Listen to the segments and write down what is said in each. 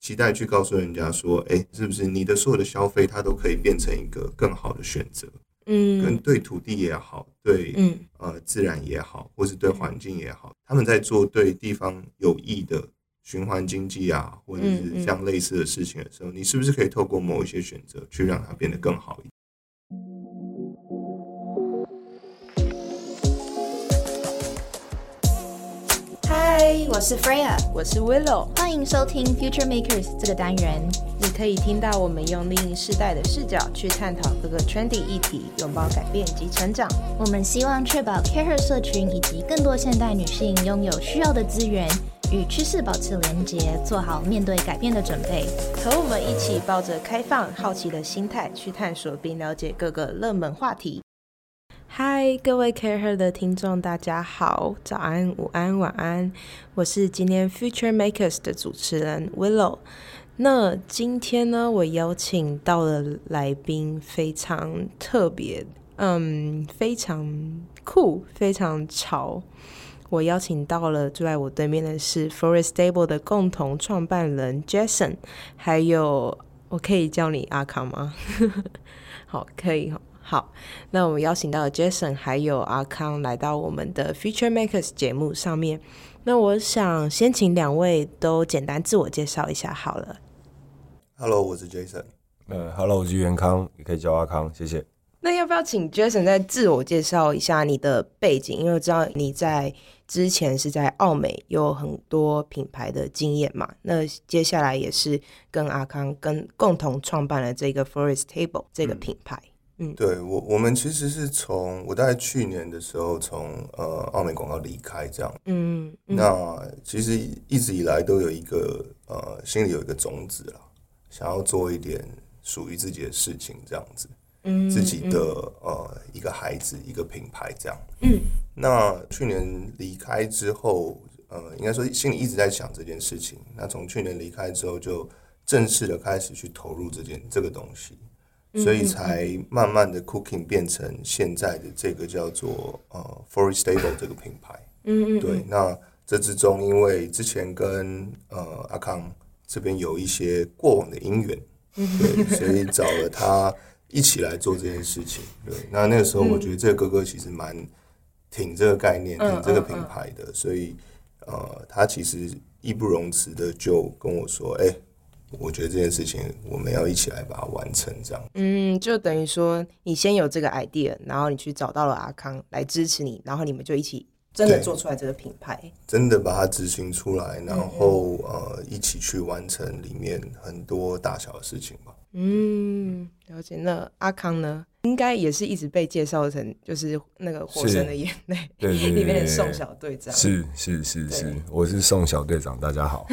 期待去告诉人家说，哎、是不是你的所有的消费，它都可以变成一个更好的选择，跟嗯对土地也好，对嗯呃自然也好，或是对环境也好，他们在做对地方有益的循环经济啊，或者嗯是嗯像类似的事情的时候，你是不是可以透过某一些选择去让它变得更好一点？嗨，我是 Freya，我是 Willow，欢迎收听 Future Makers 这个单元。你可以听到我们用另一世代的视角去探讨各个 trendy 议题，拥抱改变及成长。我们希望确保 Care 社群以及更多现代女性拥有需要的资源，与趋势保持连结，做好面对改变的准备。和我们一起抱着开放、好奇的心态去探索并了解各个热门话题。嗨，各位 Care Her 的听众，大家好，早安、午安、晚安，我是今天 Future Makers 的主持人 Willow。那今天呢，我邀请到的来宾非常特别，嗯，非常酷，非常潮。我邀请到了坐在我对面的是 Forest Stable 的共同创办人 Jason，还有我可以叫你阿康吗？ 好，可以哦。好，那我们邀请到 Jason 还有阿康来到我们的 Future Makers 节目上面。那我想先请两位都简单自我介绍一下好了。 Hello，我是 Jason。呃，Hello，我是元康，也可以叫阿康，谢谢。那要不要请 Jason 再自我介绍一下你的背景？因为我知道你在之前是在澳美有很多品牌的经验嘛。那接下来也是跟阿康跟共同创办了这个 Forest Table 这个品牌。对我，我们其实是从我大概去年的时候从呃奥美广告离开这样。嗯，嗯那其实一直以来都有一个呃心里有一个种子啦，想要做一点属于自己的事情，这样子，嗯自己的呃一个孩子一个品牌这样。嗯，那去年离开之后，呃，应该说心里一直在想这件事情。那从去年离开之后，就正式的开始去投入这件这个东西。嗯所以才慢慢的 cooking 变成现在的这个叫做呃 Forest Stable 这个品牌。嗯嗯，对，那这之中，因为之前跟呃阿康这边有一些过往的因缘，嗯对，所以找了他一起来做这件事情。对，那那个嗯时候我觉得这个哥哥其实蛮挺这个概念、嗯挺这个品牌的，所以呃，他其实义不容辞的就跟我说：“哎、我觉得这件事情我们要一起来把它完成。”这样。嗯，就等于说你先有这个 idea，然后你去找到了阿康来支持你，然后你们就一起真的对做出来这个品牌。真的把它执行出来，然后呃，一起去完成里面很多大小的事情吧。嗯，了解。那阿康呢，应该也是一直被介绍成就是那个《火神的眼泪》对对对对对 里面的宋小队长。是是是啊对是，我是宋小队长，大家好。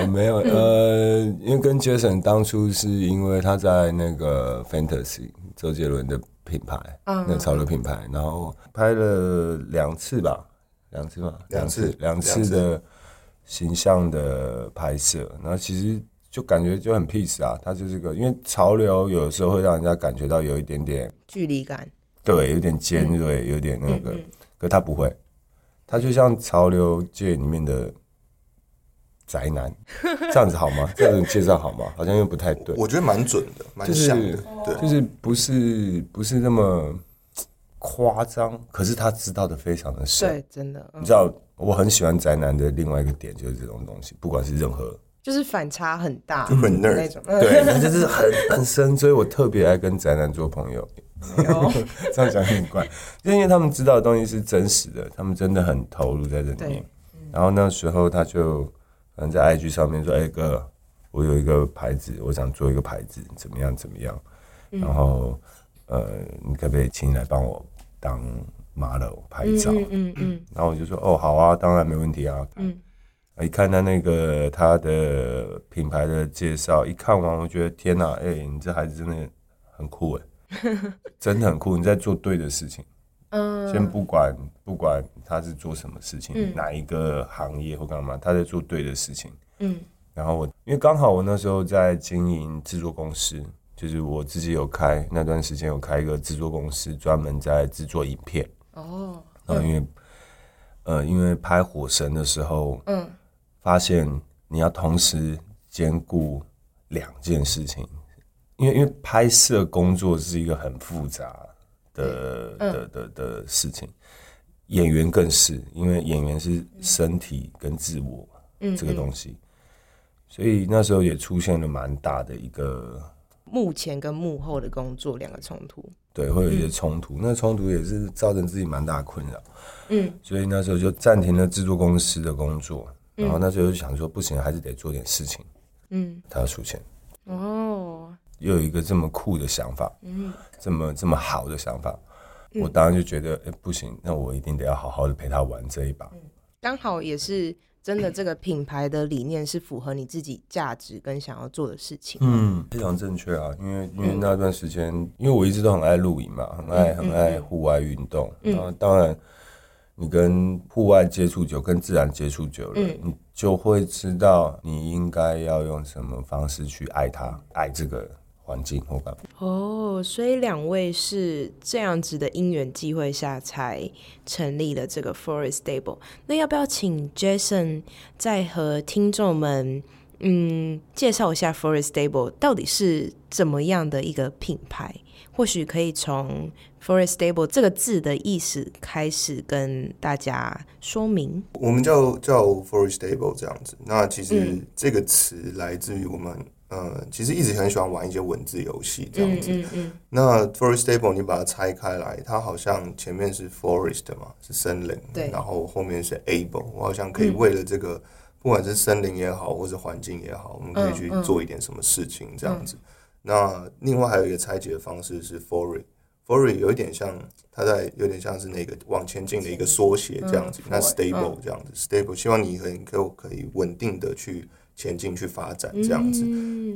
我没有呃，因为跟 Jason 当初是因为他在那个 Fantasy 周杰伦的品牌，那潮流品牌，然后拍了两次吧，两次吧，两次两次的形象的拍摄，然后其实就感觉就很 peace 啊，他就是个，因为潮流有的时候会让人家感觉到有一点点距离感。对，有点尖锐，有点那个，可他不会，他就像潮流界里面的宅男，这样子好吗？这样子介绍好吗？好像又不太对，我觉得蛮准的，蛮就是像的，对。就是不是不是那么夸张，可是他知道的非常的深。对，真的，嗯你知道，我很喜欢宅男的另外一个点就是这种东西，不管是任何就是反差很大，就很 nerd 那种。嗯， 对，他就是很很深，所以我特别爱跟宅男做朋友。有 这样讲有点怪，就因为他们知道的东西是真实的，他们真的很投入在这里面对。然后那时候他就嗯在 IG 上面说：“哎、哥，我有一个牌子，我想做一个牌子，怎么样怎么样？嗯然后呃，你可不可以请你来帮我当 model 拍照？”嗯嗯然后我就说：“哦，好啊，当然没问题啊。”嗯，一看他那个他的品牌的介绍，一看完我觉得天哪、哎、你这孩子真的很酷哎、真的很酷，你在做对的事情。 嗯，先不管不管他是做什么事情，哪一个行业或干嘛，他在做对的事情。嗯，然后我因为刚好我那时候在经营制作公司，就是我自己有开那段时间有开一个制作公司，专门在制作影片。哦，然后因为、呃，因为拍《火神》的时候，嗯，发现你要同时兼顾两件事情，因为因为拍摄工作是一个很复杂的的的的事情，演员更是，因为演员是身体跟自我这个东西，所以那时候也出现了蛮大的一个幕前跟幕后的工作两个冲突。对，会有一些冲突。那冲突也是造成自己蛮大的困扰，嗯，所以那时候就暂停了制作公司的工作。然后那时候就想说，不行，还是得做点事情。嗯，他要出钱，哦，又有一个这么酷的想法，嗯，这么这么好的想法，嗯我当然就觉得，哎、不行，那我一定得要好好的陪他玩这一把。刚好也是真的，这个品牌的理念是符合你自己价值跟想要做的事情。嗯，非常正确啊，因为因为那段时间，因为我一直都很爱露营嘛，很爱、很爱户外运动，然后当然你跟户外接触久，跟自然接触久了，你就会知道你应该要用什么方式去爱它，爱这个环境或干嘛。哦，所以两位是这样子的因缘际会下才成立的这个 Forest Stable。那要不要请 Jason 再和听众们嗯介绍一下 Forest Stable 到底是怎么样的一个品牌？或许可以从 Forest Stable 这个字的意思开始跟大家说明。我们叫叫 for stable 这样子。那其实嗯这个词来自于我们，呃，其实一直很喜欢玩一些文字游戏这样子。嗯嗯那 for stable 你把它拆开来，它好像前面是 forest 嘛，是森林，对嗯然后后面是 able，我好像可以为了这个，不管是森林也好，或是环境也好，我们嗯可以去做一点什么事情这样子。那另外还有一个拆解的方式是 for it。for it 有一点像，它在有点像是那个往前进的嗯一个缩写这样子。那 stable 这样子、s t a b l e 希望你很够可以稳定的去前进去发展这样子。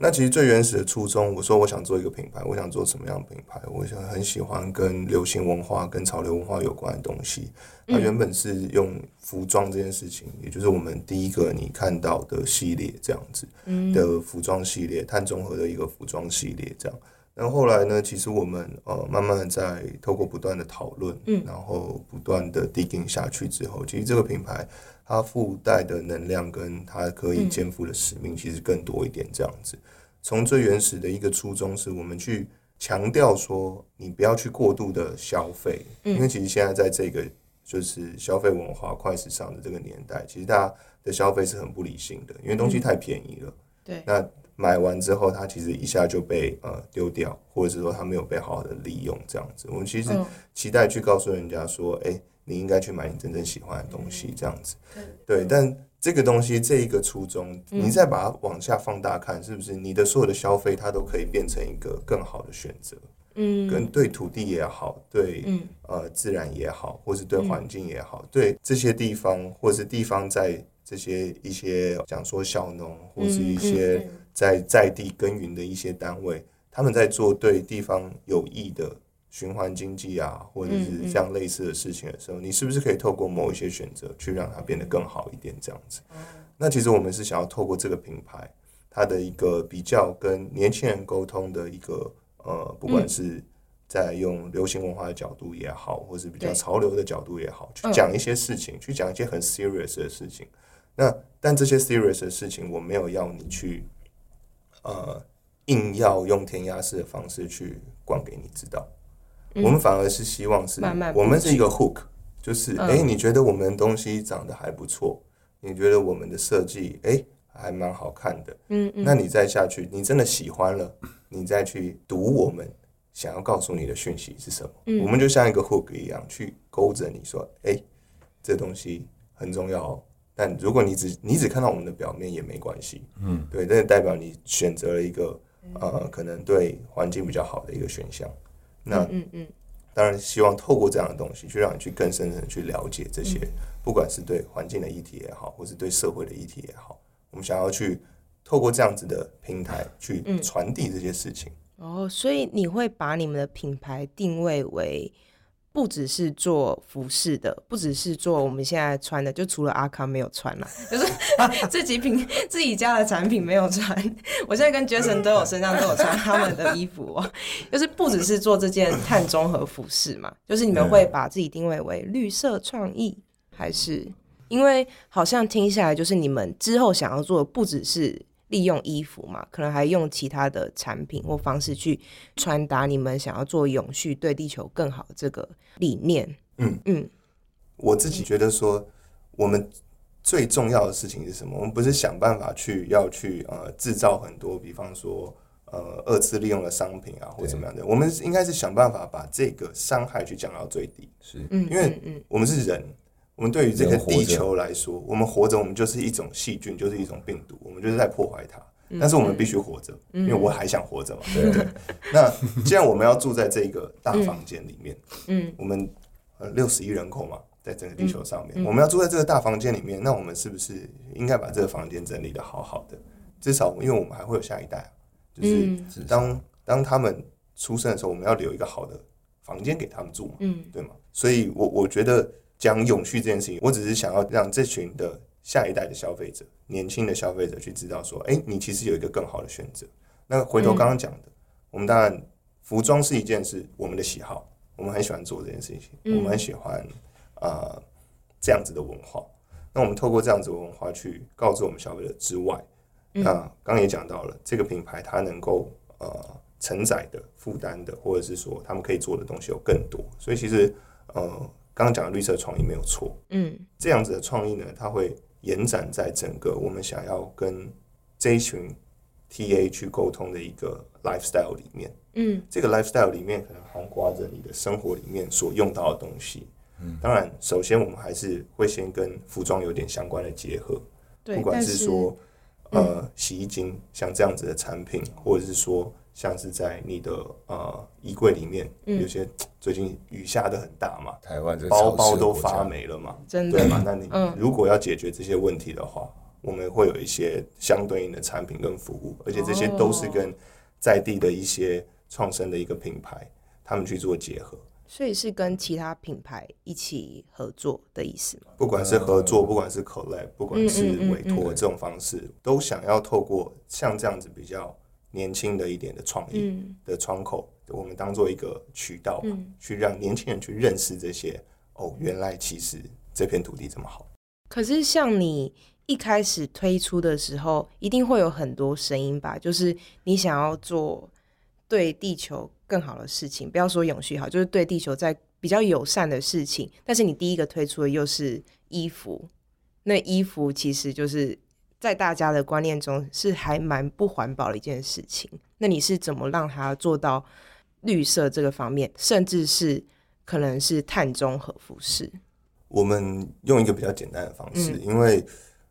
那其实最原始的初衷，我说我想做一个品牌，我想做什么样的品牌？我想很喜欢跟流行文化、跟潮流文化有关的东西。它原本是用服装这件事情，也就是我们第一个你看到的系列这样子的服装系列，碳中和的一个服装系列这样。但后来呢，其实我们呃慢慢的在透过不断的讨论，然后不断的 digging 下去之后，其实这个品牌它附带的能量跟它可以肩负的使命其实更多一点这样子。从最原始的一个初衷是我们去强调说，你不要去过度的消费，因为其实现在在这个就是消费文化快时尚的这个年代，其实大家的消费是很不理性的，因为东西太便宜了。对那买完之后，它其实一下就被呃丢掉，或者是说它没有被好好的利用这样子。我们其实期待去告诉人家说，哎、你应该去买你真正喜欢的东西这样子。对，但这个东西这一个初衷，你再把它往下放大看，是不是你的所有的消费它都可以变成一个更好的选择？嗯跟对土地也好，对、呃自然也好，或是对环境也好，对这些地方，或是地方在这些一些讲说小农，或是一些在在地耕耘的一些单位，他们在做对地方有益的循环经济啊，或者是这样类似的事情的时候，你是不是可以透过某一些选择去让它变得更好一点？这样子，那其实我们是想要透过这个品牌，它的一个比较跟年轻人沟通的一个呃，不管是在用流行文化的角度也好，或是比较对嗯潮流的角度也好，去讲一些事情，去讲一些很 serious 的事情。那但这些 serious 的事情，我没有要你去呃硬要用填鸭式的方式去灌给你知道。我们反而是希望是，嗯慢慢嗯我们是一个 hook，就是哎、诶你觉得我们的东西长得还不错，你觉得我们的设计哎还蛮好看的，嗯嗯，那你再下去，你真的喜欢了，你再去读我们想要告诉你的讯息是什么，我们就像一个 hook 一样去勾着你说，哎、这东西很重要哦。但如果你只你只看到我们的表面也没关系，嗯，对，这代表你选择了一个呃，可能对环境比较好的一个选项。那嗯嗯，当然希望透过这样的东西，去让你去更深层地去了解这些，不管是对环境的议题也好，或是对社会的议题也好，我们想要去透过这样子的平台去传递这些事情。哦，所以你会把你们的品牌定位为不只是做服饰的，不只是做我们现在穿的，就除了阿康没有穿啦， 就是自己品 自己家的产品没有穿。我现在跟 Jason 都有身上都有穿他们的衣服哦，就是不只是做这件碳中和服饰嘛，就是你们会把自己定位为绿色创意，还是因为好像听下来，就是你们之后想要做的不只是利用衣服嘛，可能还用其他的产品或方式去传达你们想要做永续、对地球更好这个理念。嗯嗯，我自嗯己觉得说，我们最重要的事情是什么？我们不是想办法去要去呃制造很多，比方说呃二次利用的商品啊，或怎么样的。我们应该是想办法把这个伤害去降到最低。是嗯，因为嗯嗯我们是人，我们对于这个人活着地球来说，我们活着，我们就是一种细菌，就是一种病毒，我们就是在破坏它。但是我们必须活着，因为我还想活着嘛。嗯对对。 那既然我们要住在这个大房间里面，嗯，我们呃六十亿人口嘛，在整个地球上面，嗯我们要住在这个大房间里面，那我们是不是应该把这个房间整理的好好的？至少，因为我们还会有下一代啊，就是嗯至少当当他们出生的时候，我们要留一个好的房间给他们住嘛。嗯对吗？所以我，我觉得讲永续这件事情，我只是想要让这群的下一代的消费者、年轻的消费者去知道说，哎、你其实有一个更好的选择。那回嗯头刚刚讲的，我们当然服装是一件是我们的喜好，我们很喜欢做这件事情，我们很喜欢啊、呃这样子的文化。那我们透过这样子的文化去告知我们消费者之外，那刚刚也讲到了，这个品牌它能够呃承载的负担的，或者是说他们可以做的东西有更多。所以其实呃，刚刚讲的绿色创意没有错，嗯这样子的创意呢，它会延展在整个我们想要跟这一群 TA 去沟通的一个 lifestyle 里面。嗯这个 lifestyle 里面可能含括着你的生活里面所用到的东西。嗯，当然，首先我们还是会先跟服装有点相关的结合，对不管但是是嗯说呃洗衣精像这样子的产品，或者是说像是在你的呃衣柜里面，嗯有些最近雨下的很大嘛，台湾这个包潮包湿的都国家发霉了嘛，真的对嘛？那你嗯如果要解决这些问题的话，我们会有一些相对应的产品跟服务，而且这些都是跟在地的一些创生的一个品牌，他们去做结合，所以是跟其他品牌一起合作的意思吗？不管是合作，不管是 collab，不管是嗯嗯嗯委托这种方式，都想要透过像这样子比较年轻的一点的创意嗯的窗口，我们当做一个渠道吧嗯，去让年轻人去认识这些。哦，原来其实这片土地这么好。可是像你一开始推出的时候，一定会有很多声音吧？就是你想要做对地球更好的事情，不要说永续好，就是对地球在比较友善的事情。但是你第一个推出的又是衣服，那衣服其实就是在大家的观念中是还蛮不环保的一件事情。那你是怎么让它做到绿色这个方面，甚至是可能是碳中和服饰？我们用一个比较简单的方式，嗯因为，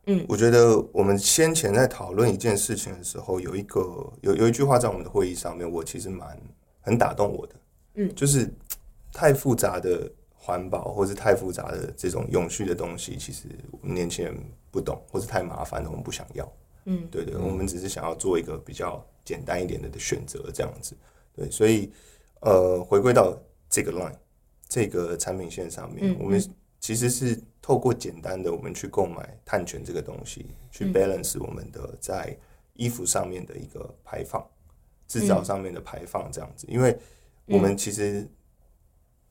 嗯我觉得我们先前在讨论一件事情的时候，有一个有有一句话在我们的会议上面，我其实蛮很打动我的，嗯就是太复杂的环保或是太复杂的这种永续的东西，其实我们年轻人不懂，或是太麻烦了，我们不想要。嗯对对，我们只是想要做一个比较简单一点的的选择，这样子。对，所以呃，回归到这个 line 这个产品线上面，嗯我们其实是透过简单的我们去购买碳权这个东西，去嗯 balance 我们的在衣服上面的一个排放，制嗯造上面的排放这样子。因为我们其实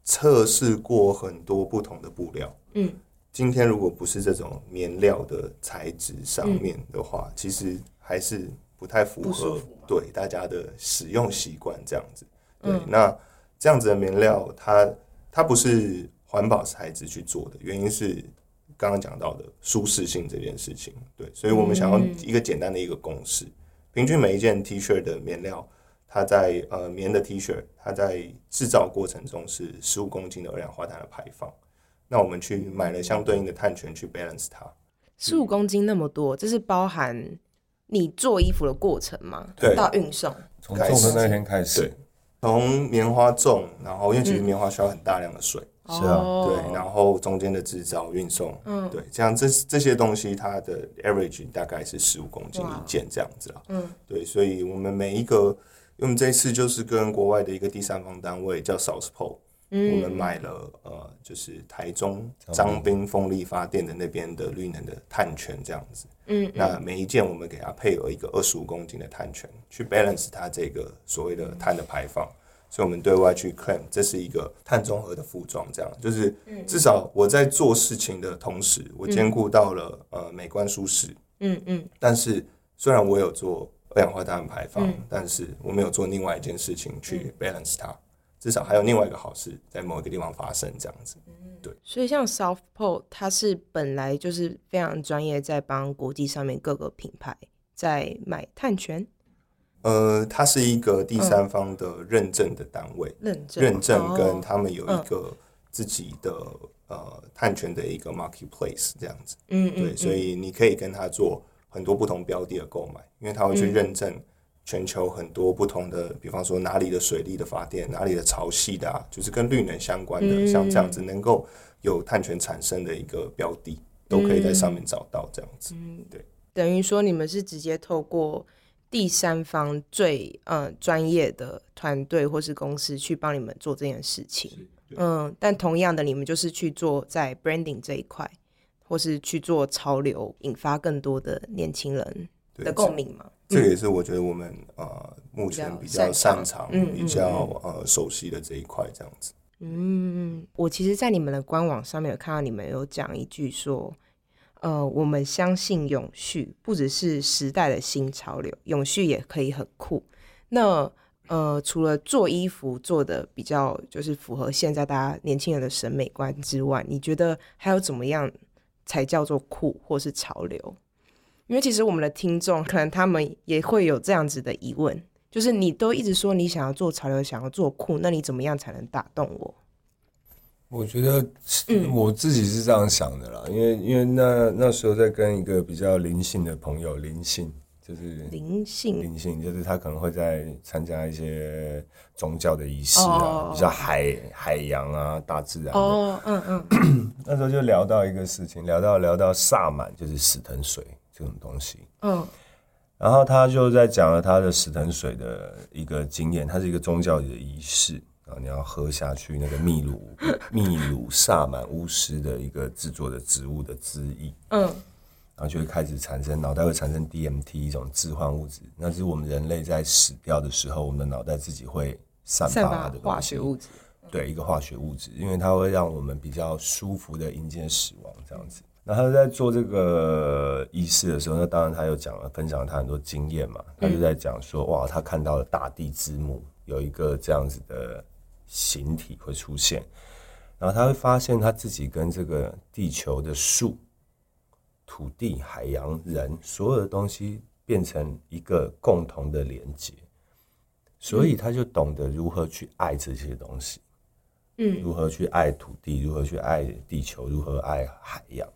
测试过很多不同的布料，嗯，今天如果不是这种棉料的材质上面的话，其实还是不太符嗯不舒合服对大家的使用习惯这样子。对，嗯那这样子的棉料，它它不是环保材质去做的，原因是刚刚讲到的舒适性这件事情。对，所以我们想要一个简单的一个公式，平均每一件 T 恤的棉料，它在呃棉的 T 恤，它在制造过程中是十五公斤的二氧化碳的排放。那我们去买了相对应的碳权去 balance 它。十五嗯公斤那么多，这是包含你做衣服的过程吗？对到运送，从种的那天开始对，从棉花种，然后因为其实棉花需要很大量的水，是啊哦对，然后中间的制造、运送，嗯，对，这样这这些东西它的 average 大概是十五公斤哇一件这样子啦，嗯，对，所以我们每一个，因为我们这一次就是跟国外的一个第三方单位叫 Southpole，、我们买了呃，就是台中张滨风力发电的那边的绿能的碳权这样子，嗯，那每一件我们给它配额一个二十五公斤的碳权，去 balance 它这个所谓的碳的排放。所以我们对外去 claim 这是一个碳中和的服装，这样就是嗯至少我在做事情的同时，我兼顾到了呃美观舒适，嗯嗯但是虽然我有做二氧化碳排放，嗯但是我没有做另外一件事情去 balance 它，至少还有另外一个好事在某一个地方发生，这样子。所以像 South Pole，它是本来就是非常专业，在帮国际上面各个品牌在买碳权呃，它是一个第三方的认证的单位，认证，认证跟哦他们有一个自己的、呃碳权的一个 marketplace 这样子，嗯嗯对，所以你可以跟他做很多不同标的的购买，因为他会嗯去认证全球很多不同的，比方说哪里的水力的发电，哪里的潮汐的、啊，就是跟绿能相关的，像这样嗯子能够有碳权产生的一个标的，都可以在上面找到这样子。嗯等于说你们是直接透过第三方最呃专业的团队或是公司去帮你们做这件事情。嗯，但同样的，你们就是去做在 branding 这一块，或是去做潮流，引发更多的年轻人对的共鸣嘛。嗯这个也是我觉得我们呃目前比比较较擅擅长长、嗯比较呃熟悉的这一块，这样子。嗯，我其实，在你们的官网上面有看到你们有讲一句说，呃，我们相信永续不只是时代的新潮流，永续也可以很酷。那呃，除了做衣服做的比较就是符合现在大家年轻人的审美观之外，你觉得还有怎么样才叫做酷或是潮流？因为其实我们的听众可能他们也会有这样子的疑问，就是你都一直说你想要做潮流，想要做酷，那你怎么样才能打动我？我觉得我自己是这样想的啦，因为因为那那时候在跟一个比较灵性的朋友，灵性就是灵性，灵性，就是他可能会在参加一些宗教的仪式啊哦，比较海海洋啊、大自然的。哦，嗯嗯，那时候就聊到一个事情，聊到聊到萨满，就是死藤水这种东西。嗯然后他就在讲了他的死藤水的一个经验，它是一个宗教的仪式啊，你要喝下去那个秘鲁秘鲁萨满巫师的一个制作的植物的汁液，嗯然后就会开始产生脑袋会产生 DMT 一种致幻物质，那是我们人类在死掉的时候，我们的脑袋自己会散散发发的化东西学，物质，对一个化学物质，因为它会让我们比较舒服的迎接死亡这样子。然后在做这个仪式的时候，那当然他有讲了，分享了他很多经验嘛，他就在讲说，哇，他看到了大地之母有一个这样子的形体会出现，然后他会发现他自己跟这个地球的树、土地、海洋、人所有的东西变成一个共同的连接，所以他就懂得如何去爱这些东西。如何去爱土地，如何去爱地球，如何爱海洋。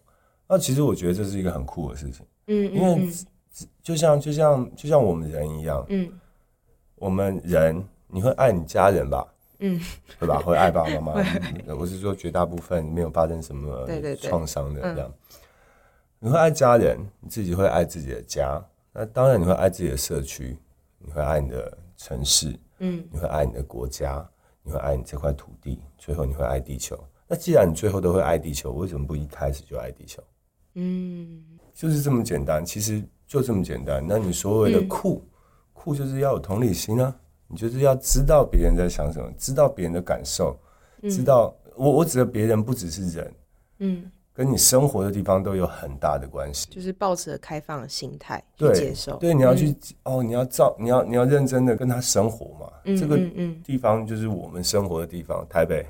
那其实我觉得这是一个很酷的事情，嗯因为就像就像就像我们人一样，嗯我们人你会爱你家人吧？嗯，对吧？会爱爸爸 妈妈。嗯我是说绝大部分没有发生什么对对嗯对创伤的这样。你会爱家人，你自己会爱自己的家，那当然你会爱自己的社区，你会爱你的城市，嗯，你会爱你的国家，你会爱你这块土地，最后你会爱地球。那既然你最后都会爱地球，为什么不一开始就爱地球？嗯就是这么简单，其实就这么简单。那你所谓的酷，酷就是要有同理心啊，你就是要知道别人在想什么，知道别人的感受，知道、我我指的别人不只是人，嗯，跟你生活的地方都有很大的关系。就是抱持开放的心态去对，接受，嗯对，你要去、哦，你要照，你要你要认真的跟他生活嘛。这个嗯嗯地方就是我们生活的地方，台北、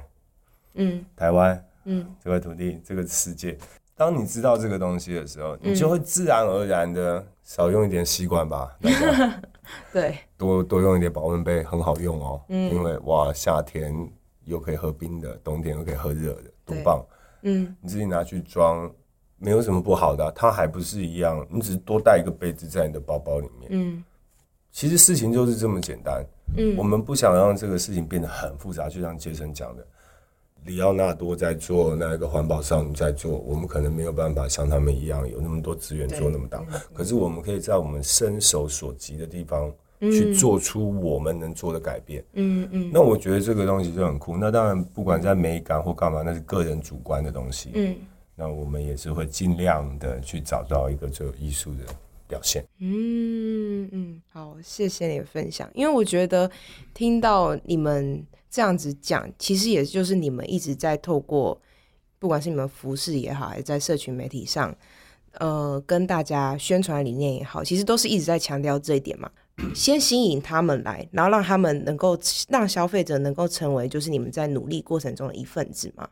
嗯台湾，嗯，这块土地、这个世界。当你知道这个东西的时候，嗯你就会自然而然的少用一点吸管吧，大家对，多多用一点保温杯，很好用哦。嗯因为哇，夏天又可以喝冰的，冬天又可以喝热的，多对棒！嗯你自己拿去装，没有什么不好的啊、它还不是一样，你只是多带一个杯子在你的包包里面。嗯其实事情就是这么简单。嗯我们不想让这个事情变得很复杂，就像杰森讲的，里奥纳多在做，那个环保少女在做，我们可能没有办法像他们一样有那么多资源做那么大，嗯可是我们可以在我们伸手所及的地方去做出我们能做的改变。嗯嗯那我觉得这个东西就很酷。那当然，不管在美感或干嘛，那是个人主观的东西。嗯那我们也是会尽量的去找到一个最有艺术的表现。嗯嗯，好，谢谢你的分享，因为我觉得听到你们这样子讲，其实也就是你们一直在透过，不管是你们服饰也好，还是在社群媒体上，呃，跟大家宣传理念也好，其实都是一直在强调这一点嘛。先吸引他们来，然后让他们能够让消费者能够成为就是你们在努力过程中的一份子嘛。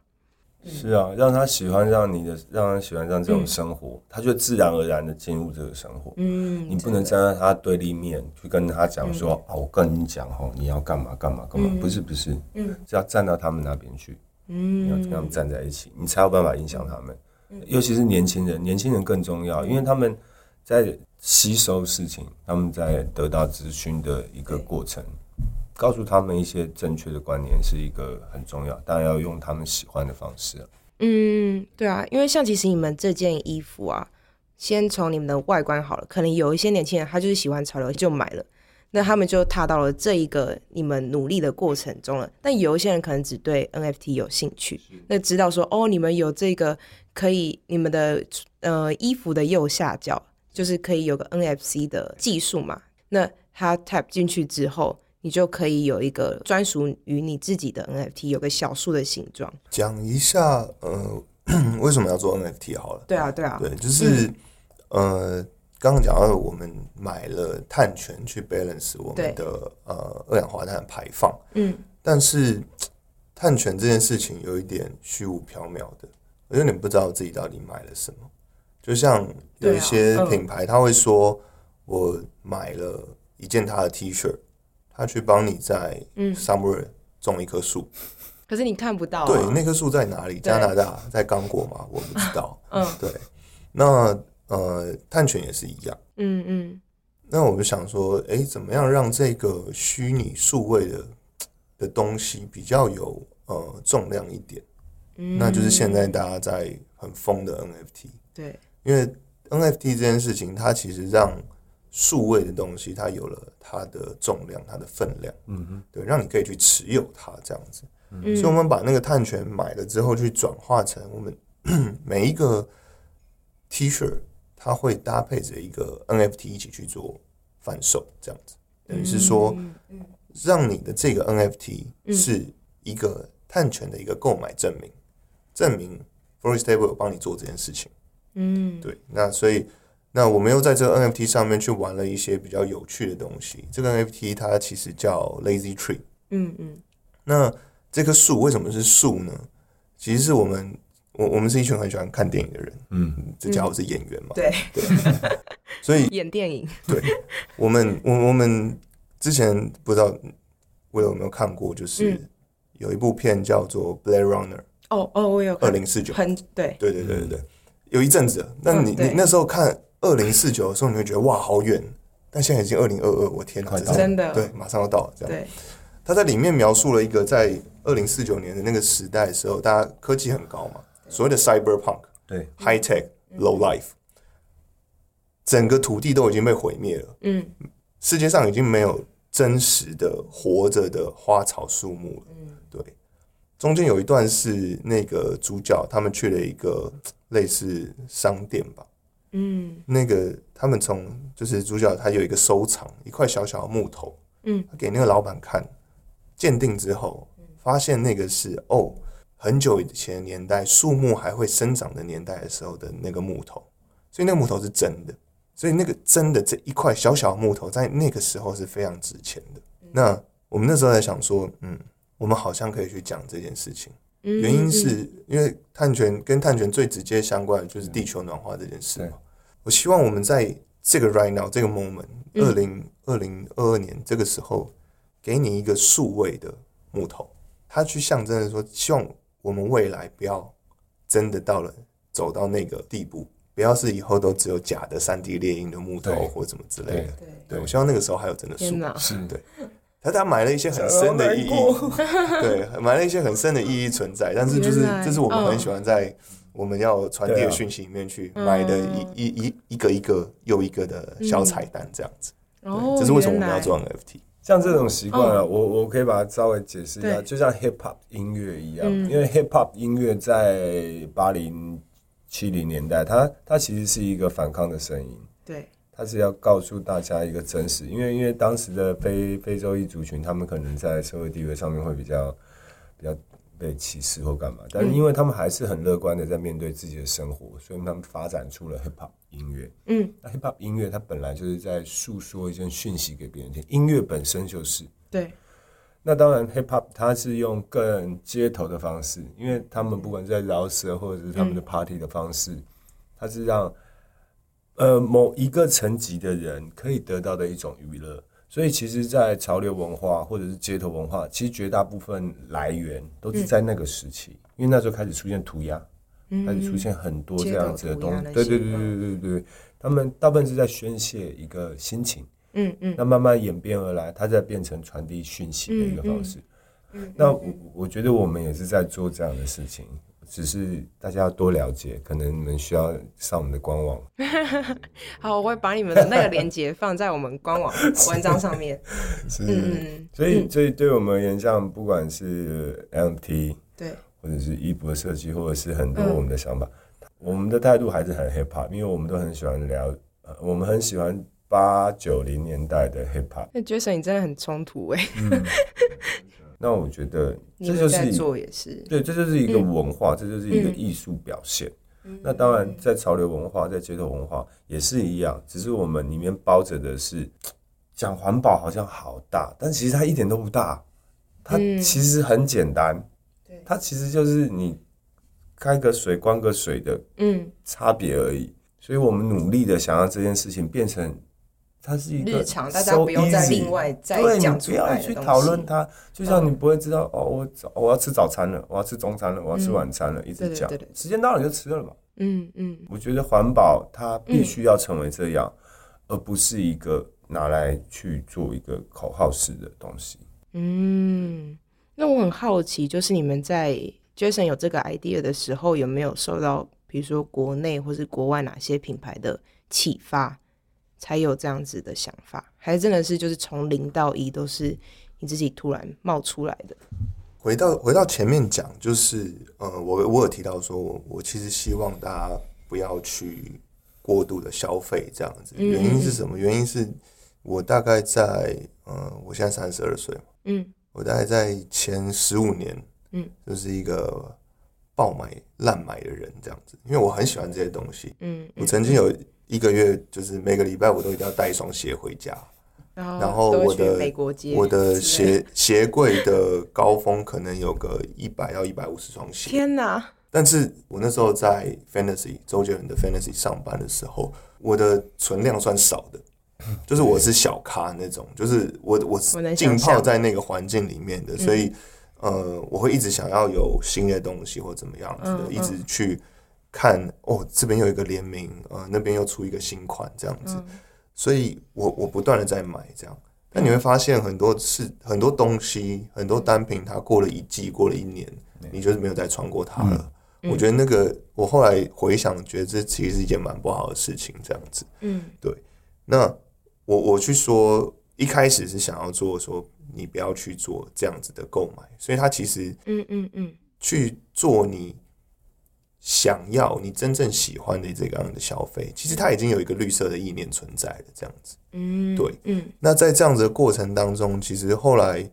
是啊，让他喜欢上你的，让他喜欢上这种生活，他就自然而然的进入这个生活。嗯你不能站在他对立面去跟他讲说、啊，我跟你讲哦，你要干嘛干嘛干嘛，不是不是，嗯，是要站到他们那边去，嗯，你要跟他们站在一起，你才有办法影响他们，尤其是年轻人，年轻人更重要，因为他们在吸收事情，他们在得到资讯的一个过程，告诉他们一些正确的观念是一个很重要，当然要用他们喜欢的方式啊、嗯，对啊，因为像其实你们这件衣服啊，先从你们的外观好了，可能有一些年轻人他就是喜欢潮流就买了，那他们就踏到了这一个你们努力的过程中了。但有一些人可能只对 NFT 有兴趣，那知道说哦，你们有这个可以，你们的呃衣服的右下角就是可以有个 NFC 的技术嘛，那他 tap 进去之后。你就可以有一个专属于你自己的 NFT，有个小树的形状。讲一下，呃， 为什么要做 NFT 好了？对啊，对啊，对，就是、呃，刚刚讲到我们买了碳权去 balance 我对们的呃二氧化碳排放，嗯，但是碳权这件事情有一点虚无缥缈的，我有点不知道自己到底买了什么。就像有对一啊些嗯品牌，他会说我买了一件他的 T 恤，他去帮你在嗯 somewhere 种一棵树，可是你看不到、啊。对，那棵树在哪里？对加拿大在刚果吗？我不知道。嗯，对。那呃，碳权也是一样。嗯嗯那我们想说，哎、怎么样让这个虚拟数位的的东西比较有呃重量一点？嗯，那就是现在大家在很疯的 NFT，对，因为 NFT 这件事情，它其实让数位的东西它有了它的重量、它的分量，嗯哼，对，让你可以去持有它这样子。嗯所以我们把那个碳权买了之后，去转化成我们 每一个 T 恤，它会搭配着一个 NFT 一起去做贩售，这样子，等于是说，让你的这个 NFT 是一个碳权的一个购买证明，证明 f o r e s t a b l e 有帮你做这件事情。嗯对，那所以那我们又在这个 NFT 上面去玩了一些比较有趣的东西。这个 NFT 它其实叫 Lazy Tree。嗯嗯那这棵树为什么是树呢？其实是我们，我我们是一群很喜欢看电影的人，嗯，这家伙是演员嘛，对，所以 演电影，我们我我们之前不知道我有没有看过，就是嗯有一部片叫做《Blade Runner》哦哦，我有二看，零四九，很对，对对对对对，有一阵子了，那你嗯对你那时候看二零四九的时候，你会觉得哇好远，但现在已经二零二二，我天哪，快这到是了真的对，马上要到了这样。对，他在里面描述了一个在二零四九年的那个时代的时候，大家科技很高嘛，所谓的 cyberpunk、对， high tech、low life，整个土地都已经被毁灭了，嗯世界上已经没有真实的活着的花草树木了。对。中间有一段是那个主角他们去了一个类似商店吧，嗯那个他们从就是主角他有一个收藏一块小小的木头，嗯，他给那个老板看，鉴定之后发现那个是哦，很久以前的年代树木还会生长的年代的时候的那个木头，所以那个木头是真的，所以那个真的这一块小小的木头在那个时候是非常值钱的。那我们那时候在想说，嗯，我们好像可以去讲这件事情，嗯，原因是因为碳权跟碳权最直接相关的就是地球暖化这件事对嘛。我希望我们在这个 right now 这个 moment，二嗯零二零二二年这个时候，给你一个数位的木头，它去象征着说，希望我们未来不要真的到了走到那个地步，不要是以后都只有假的三 D 猎鹰的木头对或什么之类的。对，对，我希望那个时候还有真的树天。哪，是对他他埋了一些很深的意义， 对，埋了一些很深的意义存在。但是就是原来这是我们嗯很喜欢在我们要传递对的啊讯息里面去埋的嗯一一一一个一个又一个的小彩蛋这样子。哦，对，这是为什么我原们要来做 NFT。像这种习惯啊，我我可以把它稍微解释一下，嗯对嗯就像 hip hop 音乐一样，因为 hip hop 音乐在八零七零年代，它它其实是一个反抗的声音，对，他是要告诉大家一个真实，因为因为当时的非非洲裔族群，他们可能在社会地位上面会比较比较被歧视或干嘛，但是因为他们还是很乐观的在面对自己的生活，所以他们发展出了 hip hop 音乐。嗯，那 hip hop 音乐它本来就是在诉说一件讯息给别人听，音乐本身就是。对，那当然，hip hop 它是用更街头的方式，因为他们不管是在饶舌或者是他们的 party 的方式，它是让呃某一个层级的人可以得到的一种娱乐。所以，其实，在潮流文化或者是街头文化，其实绝大部分来源都是在那个时期，因为那时候开始出现涂鸦，开始出现很多这样子的东西嗯街头涂鸦。的嗯对对对行对对对，对他们大部分是在宣泄一个心情。嗯嗯那慢慢演变而来，它再变成传递讯息的一个方式。嗯那我我觉得我们也是在做这样的事情，只是大家要多了解，可能你们需要上我们的官网。好，我会把你们的那个链接放在我们 官网文章上面。是嗯，所以，所以对我们而言，像不管是 MT 对，或者是衣服的设计，或者是很多我们的想法，我们的态度还是很 hip hop，因为我们都很喜欢聊，呃我们很喜欢八九零年代的 hip hop。那 Jason 你真的很冲突哎、那我觉得你这们就在是做也是，嗯对，这就是一个文化，这就是一个艺术表现。那当然，在潮流文化，在街头文化也是一样，只是我们里面包着的是讲环保好像好大，但其实它一点都不大，它其实很简单，嗯对它其实就是你开个水、关个水的嗯，差别而已。所以我们努力的想让这件事情变成，它是一个日常大家不用 so 再 easy 另外再对讲你出不要来的去东讨西嗯论它，就像你不会知道哦，我早我要吃早餐了，我要吃中餐了，我要吃晚餐了，一对直对讲嗯对对，时间到了你就吃了嘛。嗯嗯我觉得环保它必须要成为这样，而不是一个拿来去做一个口号式的东西。嗯。那我很好奇，就是你们在 Jason 有这个 idea 的时候，有没有受到比如说国内或是国外哪些品牌的启发，才有这样子的想法？还是真的是就是从零到一都是你自己突然冒出来的？回到回到前面讲，就是呃，我我有提到说，我我其实希望大家不要去过度的消费这样子。嗯原因是什么？原因是我大概在呃，我现在三十二岁嘛，嗯，我大概在前十五年，嗯，就是一个爆买烂买的人这样子，因为我很喜欢这些东西。嗯，我曾经有一个月，就是每个礼拜我都一定要带一双鞋回家，然后然后都会我去的美国街，我的，鞋鞋柜的高峰可能有个一百到一百五十双鞋，天哪，但是我那时候在 Fantasy 周杰伦的 Fantasy 上班的时候，我的存量算少 的，就是我是小咖那种，就是我我我能浸想泡象嗯在那个环境里面的，所以呃，我会一直想要有新的东西或怎么样子的，嗯一直去看哦，这边有一个联名，呃，那边又出一个新款这样子，嗯所以我我不断的在买这样。但嗯你会发现很多是很多东西，很多单品，它过了一季，过了一年，你就是没有再穿过它了。我嗯觉得那个，我后来回想，觉得这其实是一件蛮不好的事情，这样子。嗯那我我去说，一开始是想要做说，你不要去做这样子的购买，所以它其实嗯嗯嗯，去做你想要、你真正喜欢的这个样的消费，其实它已经有一个绿色的意念存在了，这样子。嗯，对，嗯那在这样子的过程当中，其实后来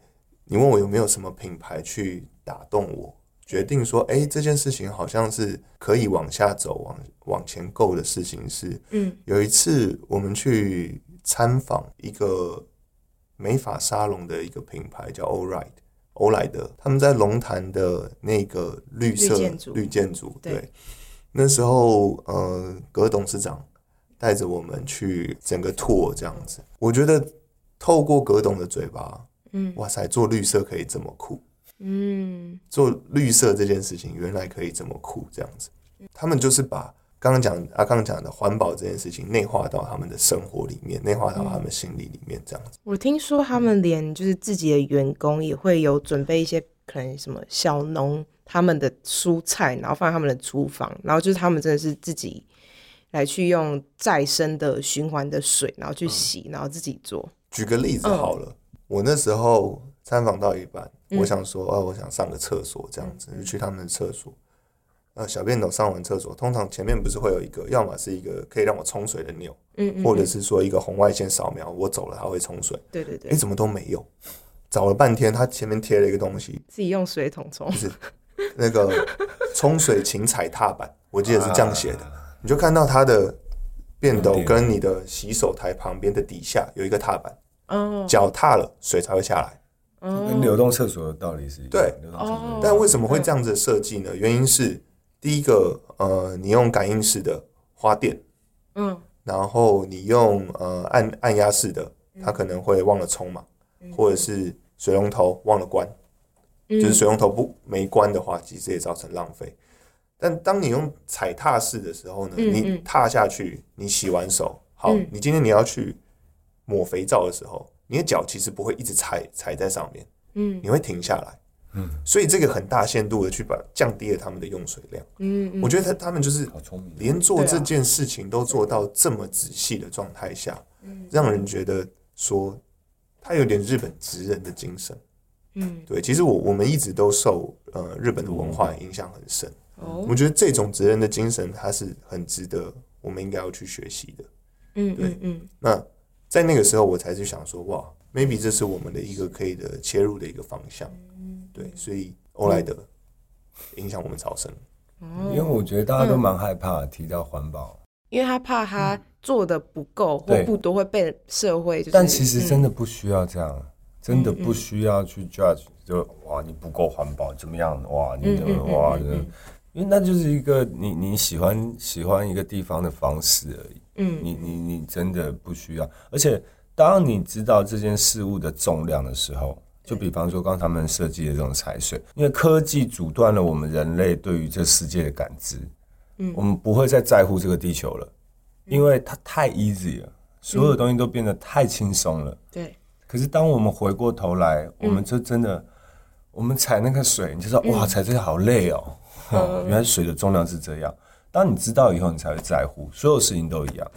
你问我有没有什么品牌去打动我，决定说，哎、这件事情好像是可以往下走、往往前够的事情是，嗯，有一次我们去参访一个美发沙龙的一个品牌叫 All Right。欧莱德，他们在龙潭的那个绿色绿建筑绿建筑，对对，那时候呃，葛董事长带着我们去整个 tour 这样子。我觉得透过葛董的嘴巴，嗯哇塞，做绿色可以这么酷，嗯做绿色这件事情原来可以这么酷，这样子。他们就是把刚刚讲阿刚讲的环保这件事情内化到他们的生活里面，内化到他们心里里面，这样子。我听说他们连就是自己的员工也会有准备一些可能什么小农他们的蔬菜，然后放在他们的厨房，然后就是他们真的是自己来去用再生的循环的水，然后嗯去洗，然后自己做。举个例嗯子好了，我那时候嗯参访到一半，我想说，哦、我想上个厕所，这样子，就去他们的厕所。呃，小便斗上完厕所，通常前面不是会有一个，要么是一个可以让我冲水的钮，嗯嗯，或者是说一个红外线扫描，我走了它会冲水。对对对哎、，怎么都没有？找了半天，它前面贴了一个东西，自己用水桶 冲，那个冲水请踩踏板，我记得是这样写的。你就看到它的便斗跟你的洗手台旁边的底下有一个踏板，哦脚踏了水才会下来。嗯跟流动厕所的道理是一样。对流动厕所的道哦理。但为什么会这样子的设计呢？原因是第一个，呃，你用感应式的花电，嗯，然后你用呃按按压式的，嗯它可能会忘了冲嘛，或者是水龙头忘了关，嗯就是水龙头不没关的话，其实也造成浪费。但当你用踩踏式的时候呢，嗯你嗯踏下去，你洗完手，好，嗯你今天你要去抹肥皂的时候，你的脚其实不会一直踩踩在上面，嗯你会停下来，嗯，所以这个很大限度的去把降低了他们的用水量。嗯嗯，我觉得他他们就是好聪明，哦连做这件事情都做到这么仔细的状态下，嗯让人觉得说他有点日本职人的精神。嗯，对，其实我我们一直都受呃日本的文化影响很深，哦，我觉得这种职人的精神，它是很值得我们应该要去学习的。嗯对嗯嗯那在那个时候，我才去想说，哇，maybe 这是我们的一个可以的切入的一个方向。嗯对，所以欧莱德影响我们超深。因为我觉得大嗯家都蛮害怕提到环保，因为他怕他做的不够或嗯对不多会被社会就是，嗯但其实真的不需要这样，真的不需要去 judge，就哇你不够环保怎么样？哇你嗯怎么哇？因为那就是一个你你喜欢喜欢一个地方的方式而已。嗯你你你真的不需要。而且，当你知道这件事物的重量的时候，就比方说刚他们设计的这种财税，因为科技阻断了我们人类对于这世界的感知，嗯，我们不会再在乎这个地球了，嗯因为它太 easy 了，所有东西都变得太轻松了。对，可是当我们回过头来，嗯我们就真的，我们踩那个水，你就说哇，踩这个好累哦，哼嗯 原来水的重量是这样。当你知道以后，你才会在乎，所有事情都一样。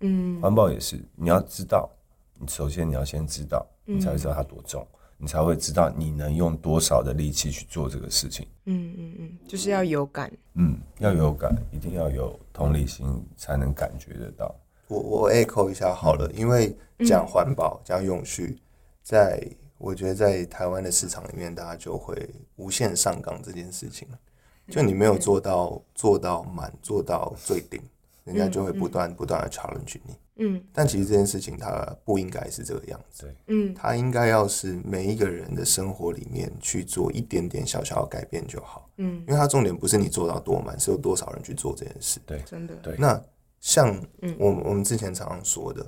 嗯，环保也是，你要知道，你首先你要先知道，嗯你才会知道它多重，你才会知道你能用多少的力气去做这个事情。嗯嗯嗯，就是要有感，嗯，要有感，一定要有同理心，才能感觉得到。我我 echo 一下好了，因为嗯讲环保、讲永续，在我觉得在台湾的市场里面，大家就会无限上纲这件事情，就你没嗯有做到做到满，做到最顶，人家就会不断不断的 challenge 你。嗯但其实这件事情它不应该是这个样子，嗯它应该要是每一个人的生活里面去做一点点小小的改变就好，嗯，因为它重点不是你做到多满，是有多少人去做这件事。真的，对那像嗯我们我们之前常常说的，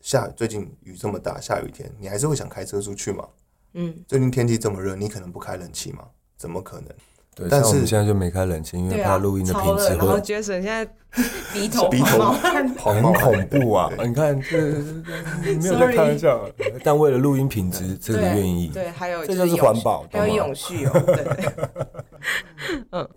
下最近雨这么大，下雨天你还是会想开车出去吗？嗯最近天气这么热，你可能不开冷气吗？怎么可能？对但像我们是在就没开冷气，因对啊，超热然后 Jason 现在 鼻头鼻头狂冒汗狂很冒汗恐怖啊！对你看，这这这没有在开玩笑，但为了录音品质，这个对愿意。对，还有就这就是是永环保还有懂吗永续哦，对 对，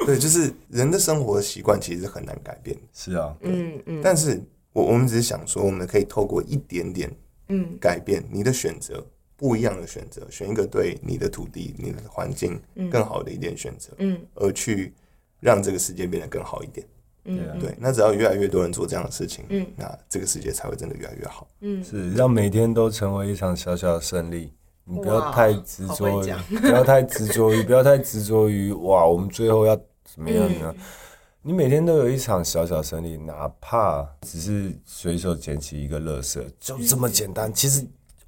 对，就是人的生活习惯其实是很难改变的。是啊，嗯嗯但是我我们只是想说，我们可以透过一点点嗯改变你的选择，不一样的选择，选一个对你的土地、你的环境更好的一点选择，嗯，而去让这个世界变得更好一点。对啊，对，那只要越来越多人做这样的事情，嗯那这个世界才会真的越来越好。是让每天都成为一场小小的胜利。你不要哇太执好着会于讲，不要太执着于，不要太执着于哇，我们最后要怎么嗯样呢？你每天都有一场小小胜利，哪怕只是随手捡起一个垃圾，就这么简单。其实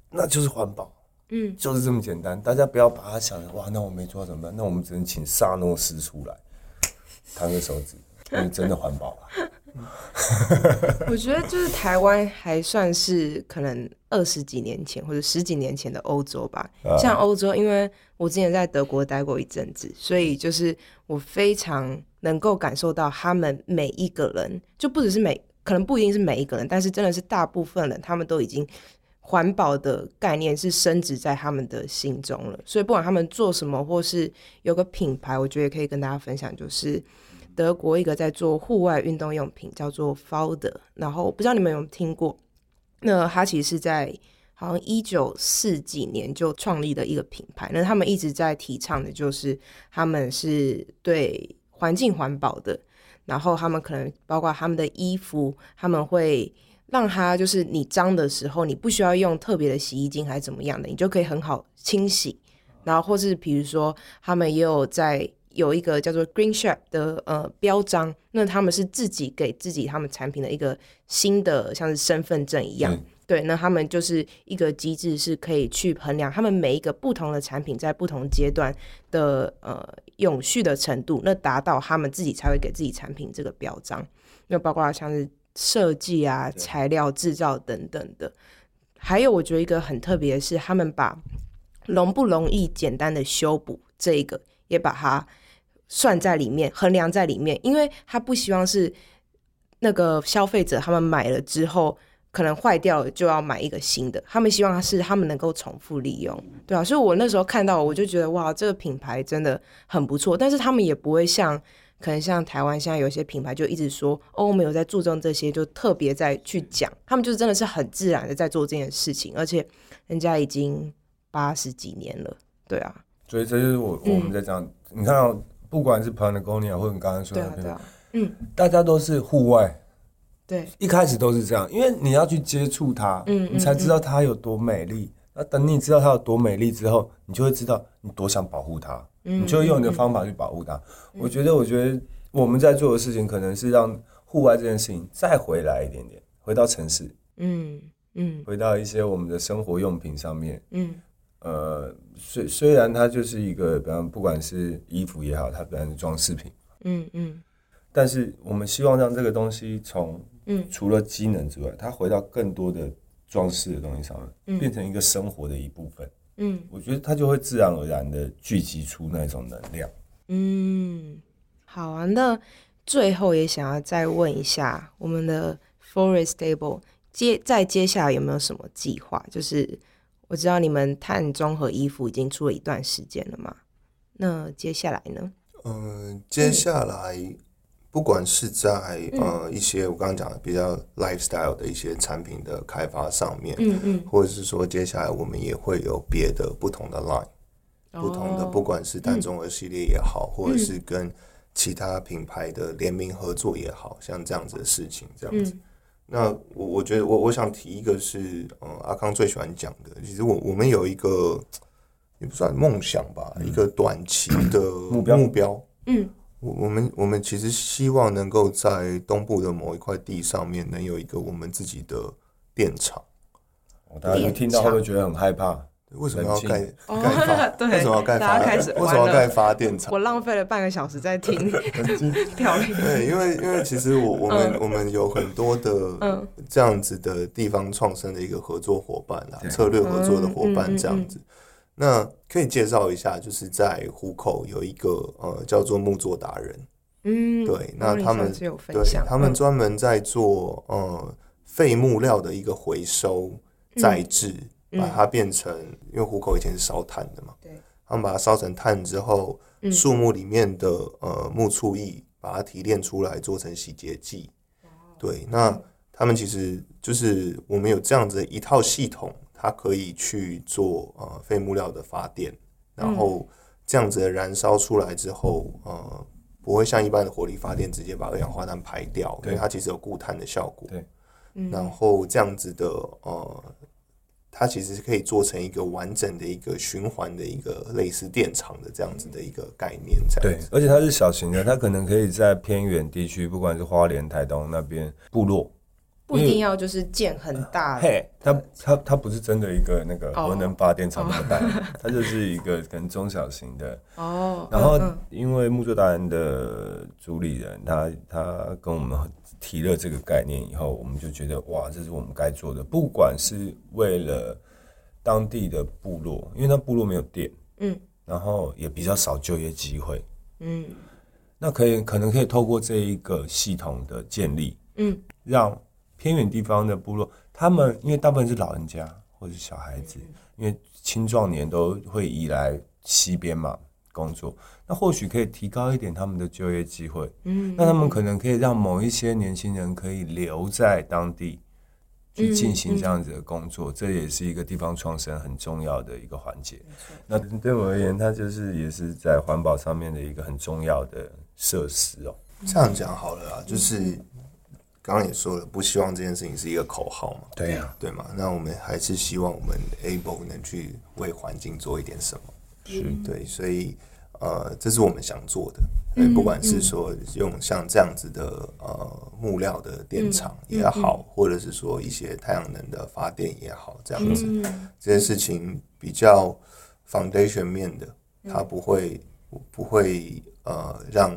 那就是环保。嗯，就是这么简单。大家不要把它想成哇，那我没做到怎么办？那我们只能请萨诺斯出来弹个手指，那就真的环保啊 了。我觉得就是台湾还算是可能二十几年前或者十几年前的欧洲吧。啊像欧洲，因为我之前在德国待过一阵子，所以就是我非常能够感受到他们每一个人，就不只是每可能不一定是每一个人，但是真的是大部分人，他们都已经环保的概念是深植在他们的心中了。所以不管他们做什么，或是有个品牌，我觉得也可以跟大家分享，就是德国一个在做户外运动用品叫做 Founder，然后我不知道你们有没有听过，那它其实是在好像一九四几年就创立的一个品牌，那他们一直在提倡的就是他们是对。环境环保的，然后他们可能包括他们的衣服，他们会让它就是你脏的时候，你不需要用特别的洗衣精还是怎么样的，你就可以很好清洗。然后或是比如说，他们也有在有一个叫做 Green Chef 的呃标章，那他们是自己给自己他们产品的一个新的像是身份证一样。嗯对，那他们就是一个机制，是可以去衡量他们每一个不同的产品在不同阶段的呃永续的程度，那达到他们自己才会给自己产品这个标章。那包括像是设计啊、材料制造等等的。还有，我觉得一个很特别的是，他们把容不容易简单的修补这一个也把它算在里面，衡量在里面，因为他不希望是那个消费者他们买了之后可能坏掉了就要买一个新的，他们希望是他们能够重复利用，对啊，所以我那时候看到我就觉得哇，这个品牌真的很不错，但是他们也不会像。可能像台湾现在有些品牌就一直说哦，我们有在注重这些，就特别在去讲，他们就真的是很自然的在做这件事情，而且人家已经八十几年了，对啊，所以这就是我嗯我们在讲，你看哦，不管是 Patagonia 或者你刚刚说对的啊，那对个，啊，大家都是户外，对，一开始都是这样，因为你要去接触它，嗯嗯你才知道它有多美丽。那等你知道它有多美丽之后，你就会知道你多想保护它，嗯你就会用你的方法去保护它。我觉得，我觉得我们在做的事情，可能是让户外这件事情再回来一点点，回到城市，嗯嗯回到一些我们的生活用品上面。嗯呃，虽虽然它就是一个，比方不管是衣服也好，它本来是装饰品，嗯嗯但是我们希望让这个东西从嗯除了机能之外，它回到更多的装饰的东西上面，嗯变成一个生活的一部分。嗯我觉得它就会自然而然的聚集出那种能量。嗯，好啊，那最后也想要再问一下我们的 Forest Stable 接在接下来有没有什么计划？就是我知道你们碳中和衣服已经出了一段时间了嘛，那接下来呢？嗯，接下来嗯不管是在呃一些我刚刚讲的比较 lifestyle 的一些产品的开发上面，嗯嗯，或者是说接下来我们也会有别的不同的 line，、不同哦的不管是单中和系列也好，嗯或者是跟其他品牌的联名合作也好，像这样子的事情，这样嗯子。那我我觉得我我想提一个是，呃，阿康最喜欢讲的，其实我我们有一个也不算梦想吧，一个短期 的目标目标，嗯，我我们我们其实希望能够在东部的某一块地上面，能有一个我们自己的电厂。哦大家一听到会不会觉得很害怕？为什么要盖冷盖发？哦 对为什么要盖发？大家开为始什玩么要了盖发电厂我？浪费了半个小时在听 跳跃， 对，因为因为其实我我们、我们有很多的嗯这样子的地方创生的一个合作伙伴啦，策略合作的伙嗯嗯伴嗯这样子。那可以介绍一下，就是在虎口有一个呃叫做木作达人，嗯，对，然后那你他上们次有分对享，他们嗯专门在做呃废木料的一个回收嗯再制，把它变成，因为虎口以前是烧炭的嘛，对，嗯他们把它烧成炭之后，树木里面的呃木醋液把它提炼出来做成洗洁剂，哦对，那他们其实就是我们有这样子一套系统，它可以去做呃废木料的发电，然后这样子的燃烧出来之后，呃，不会像一般的火力发电直接把二氧化碳排掉，因对为它其实有固碳的效果。对，然后这样子的呃，它其实是可以做成一个完整的一个循环的一个类似电厂的这样子的一个概念，这对样子。，而且它是小型的，它可能可以在偏远地区，不管是花莲、台东那边部落，不一定要就是建很嗯大的，嘿，它它它不是真的一个那个哦核能发电厂那么大，它就是一个可能中小型的。哦，然后嗯嗯，因为木作达人的主理人，他他跟我们提了这个概念以后，我们就觉得哇，这是我们该做的，不管是为了当地的部落，因为那部落没有电，嗯，然后也比较少就业机会，嗯，那可以可能可以透过这一个系统的建立，嗯，让偏远地方的部落，他们因为大部分是老人家或者是小孩子，因为青壮年都会移来西边嘛工作，那或许可以提高一点他们的就业机会，嗯，那他们可能可以让某一些年轻人可以留在当地。去进行这样子的工作，这也是一个地方创生很重要的一个环节。那对我而言，它就是也是在环保上面的一个很重要的设施哦。这样讲好了啊，就是刚刚也说了，不希望这件事情是一个口号嘛，对啊呀、对嘛？那我们还是希望我们 able 能去为环境做一点什么，是对，所以呃，这是我们想做的。所以不管是说用像这样子的呃木料的电厂也好，或者是说一些太阳能的发电也好，这样嗯子，这件事情比较 foundation 面的，它不会不会呃让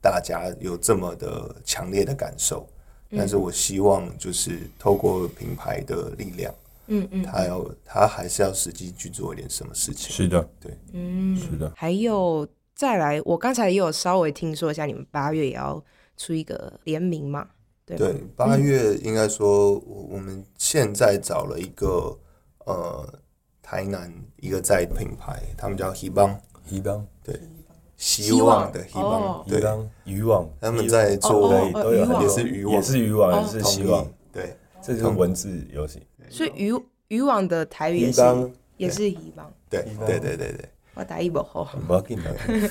大家有这么的强烈的感受。但是我希望就是透过品牌的力量，嗯嗯，他要他还是要实际去做一点什么事情。是的，对，嗯，是的，还有再来，我刚才也有稍微听说一下，你们八月也要出一个联名嘛？对吧对，八月应该说，我我们现在找了一个呃台南一个在品牌，他们叫 Hebang，鱼缸、希望的希望 Hebang，鱼对，缸、哦渔网，他们在做哦哦对都有渔网很也是渔网，也是渔网，哦也是同意希望，对，这就是文字游戏。所以渔渔网的台语也鱼是缸，也是渔网，对，帮对对对对，我打一不好。不要紧不要紧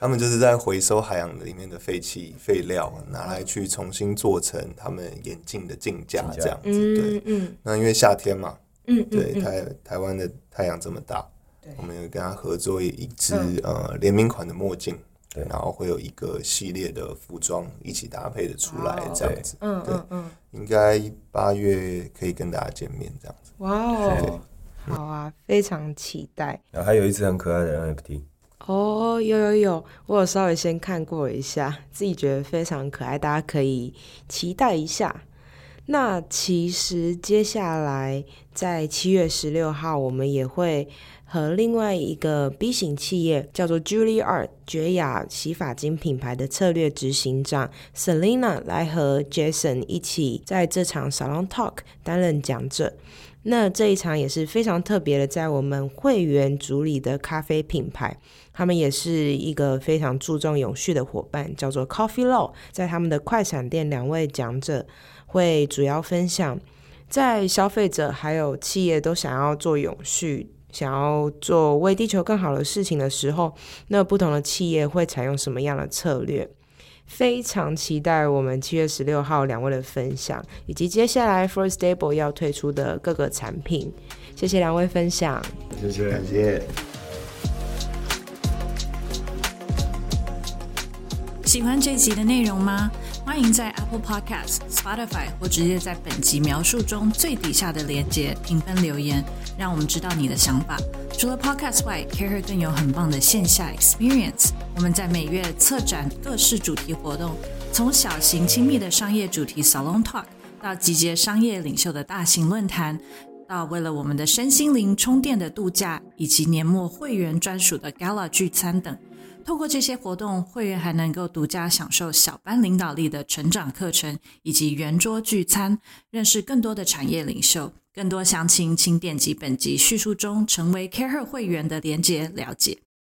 他们就是在回收海洋里面的废弃废料，拿来去重新做成他们眼镜的镜架镜架这样子，对嗯。嗯那因为夏天嘛，嗯嗯，对台台湾的太阳这么大对，嗯我们有跟他合作一支、呃联名款的墨镜，对然后会有一个系列的服装一起搭配的出来哇哦这样子，嗯嗯嗯，应该八月可以跟大家见面这样子。哇哦，好啊，非常期待。然后还有一只很可爱的 NFT，哦，有有有，我有稍微先看过一下，自己觉得非常可爱，大家可以期待一下。那其实接下来在七月十六号，我们也会和另外一个 B 型企业叫做 Julie Art 绝雅洗发精品牌的策略执行长 Selina 来和 Jason 一起在这场 Salon Talk 担任讲者。那这一场也是非常特别的，在我们会员主理的咖啡品牌，他们也是一个非常注重永续的伙伴，叫做 Coffee Law。在他们的快闪店，两位讲者会主要分享，在消费者还有企业都想要做永续。想要做为地球更好的事情的时候，那不同的企业会采用什么样的策略？非常期待我们七月十六号两位的分享，以及接下来 First Stable 要推出的各个产品。谢谢两位分享。谢谢感谢。喜欢这集的内容吗？欢迎在 Apple Podcast、Spotify 或直接在本集描述中最底下的连接评分留言，让我们知道你的想法。除了 Podcast 外，Care 更有很棒的线下 experience。我们在每月策展各式主题活动，从小型亲密的商业主题 Salon Talk 到集结商业领袖的大型论坛。到为了我们的身心灵充电的度假，以及年末会员专属的 Gala 聚餐等，透过这些活动，会员还能够独家享受小班领导力的成长课程，以及圆桌聚餐，认识更多的产业领袖。更多详情，请点击本集叙述中成为 CareHer 会员的连结了解。